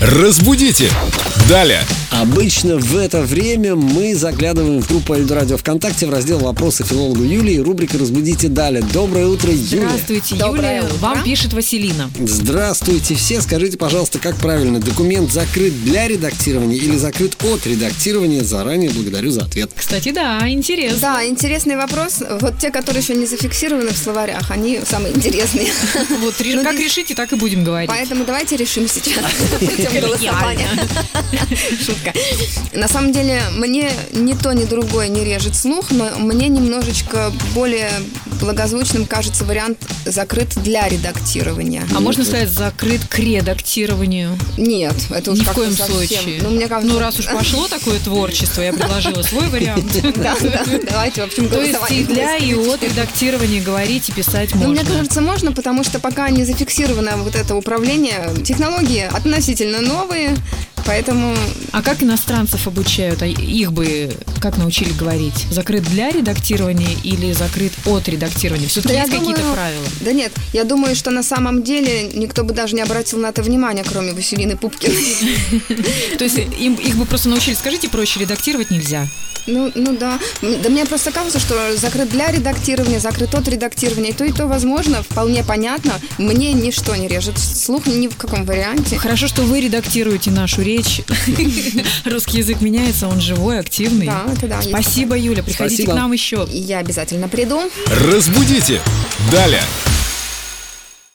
Разбудите! Далее! Обычно в это время мы заглядываем в группу Эльдорадио ВКонтакте в раздел «Вопросы филологу Юлии» и рубрика «Разбудите далее». Доброе утро, Юлия! Здравствуйте, Доброе Юлия. утро. Вам пишет Василина. Здравствуйте все! Скажите, пожалуйста, как правильно, документ закрыт для редактирования или закрыт от редактирования? Заранее благодарю за ответ. Кстати, да, интересно. Да, интересный вопрос. Вот те, которые еще не зафиксированы в словарях, они самые интересные. Вот ре- Ну, как ты- решите, так и будем говорить. Поэтому давайте решим сейчас путем голосования. Шутка. На самом деле, мне ни то, ни другое не режет слух, но мне немножечко более благозвучным кажется вариант «закрыт для редактирования». А можно сказать, закрыт к редактированию? Нет, это уж Ни в как-то коем совсем. случае. Ну, мне кажется... Ну, раз уж пошло такое творчество, я предложила свой вариант. Да, да, давайте, в общем, То есть и голосование для, и от редактирования говорить и писать Ну, мне можно. кажется, можно, потому что пока не зафиксировано вот это управление, технологии относительно новые, поэтому А как иностранцев обучают? А их бы как научили говорить? Закрыт для редактирования или закрыт от редактирования? Все-таки Да я есть какие-то думаю, правила? Да нет, я думаю, что на самом деле никто бы даже не обратил на это внимания, кроме Василины Пупкиной. То есть им, их бы просто научили, скажите проще, редактировать нельзя. Ну, ну да. М, Да мне просто кажется, что закрыт для редактирования, закрыт от редактирования. И то, и то возможно, вполне понятно. Мне ничто не режет слух ни в каком варианте. Хорошо, что вы редактируете нашу речь. Русский язык меняется, он живой, активный. Да, это да. есть Спасибо, Юля. Приходите Спасибо. к нам еще. такое. Я обязательно приду. Разбудите! Далее!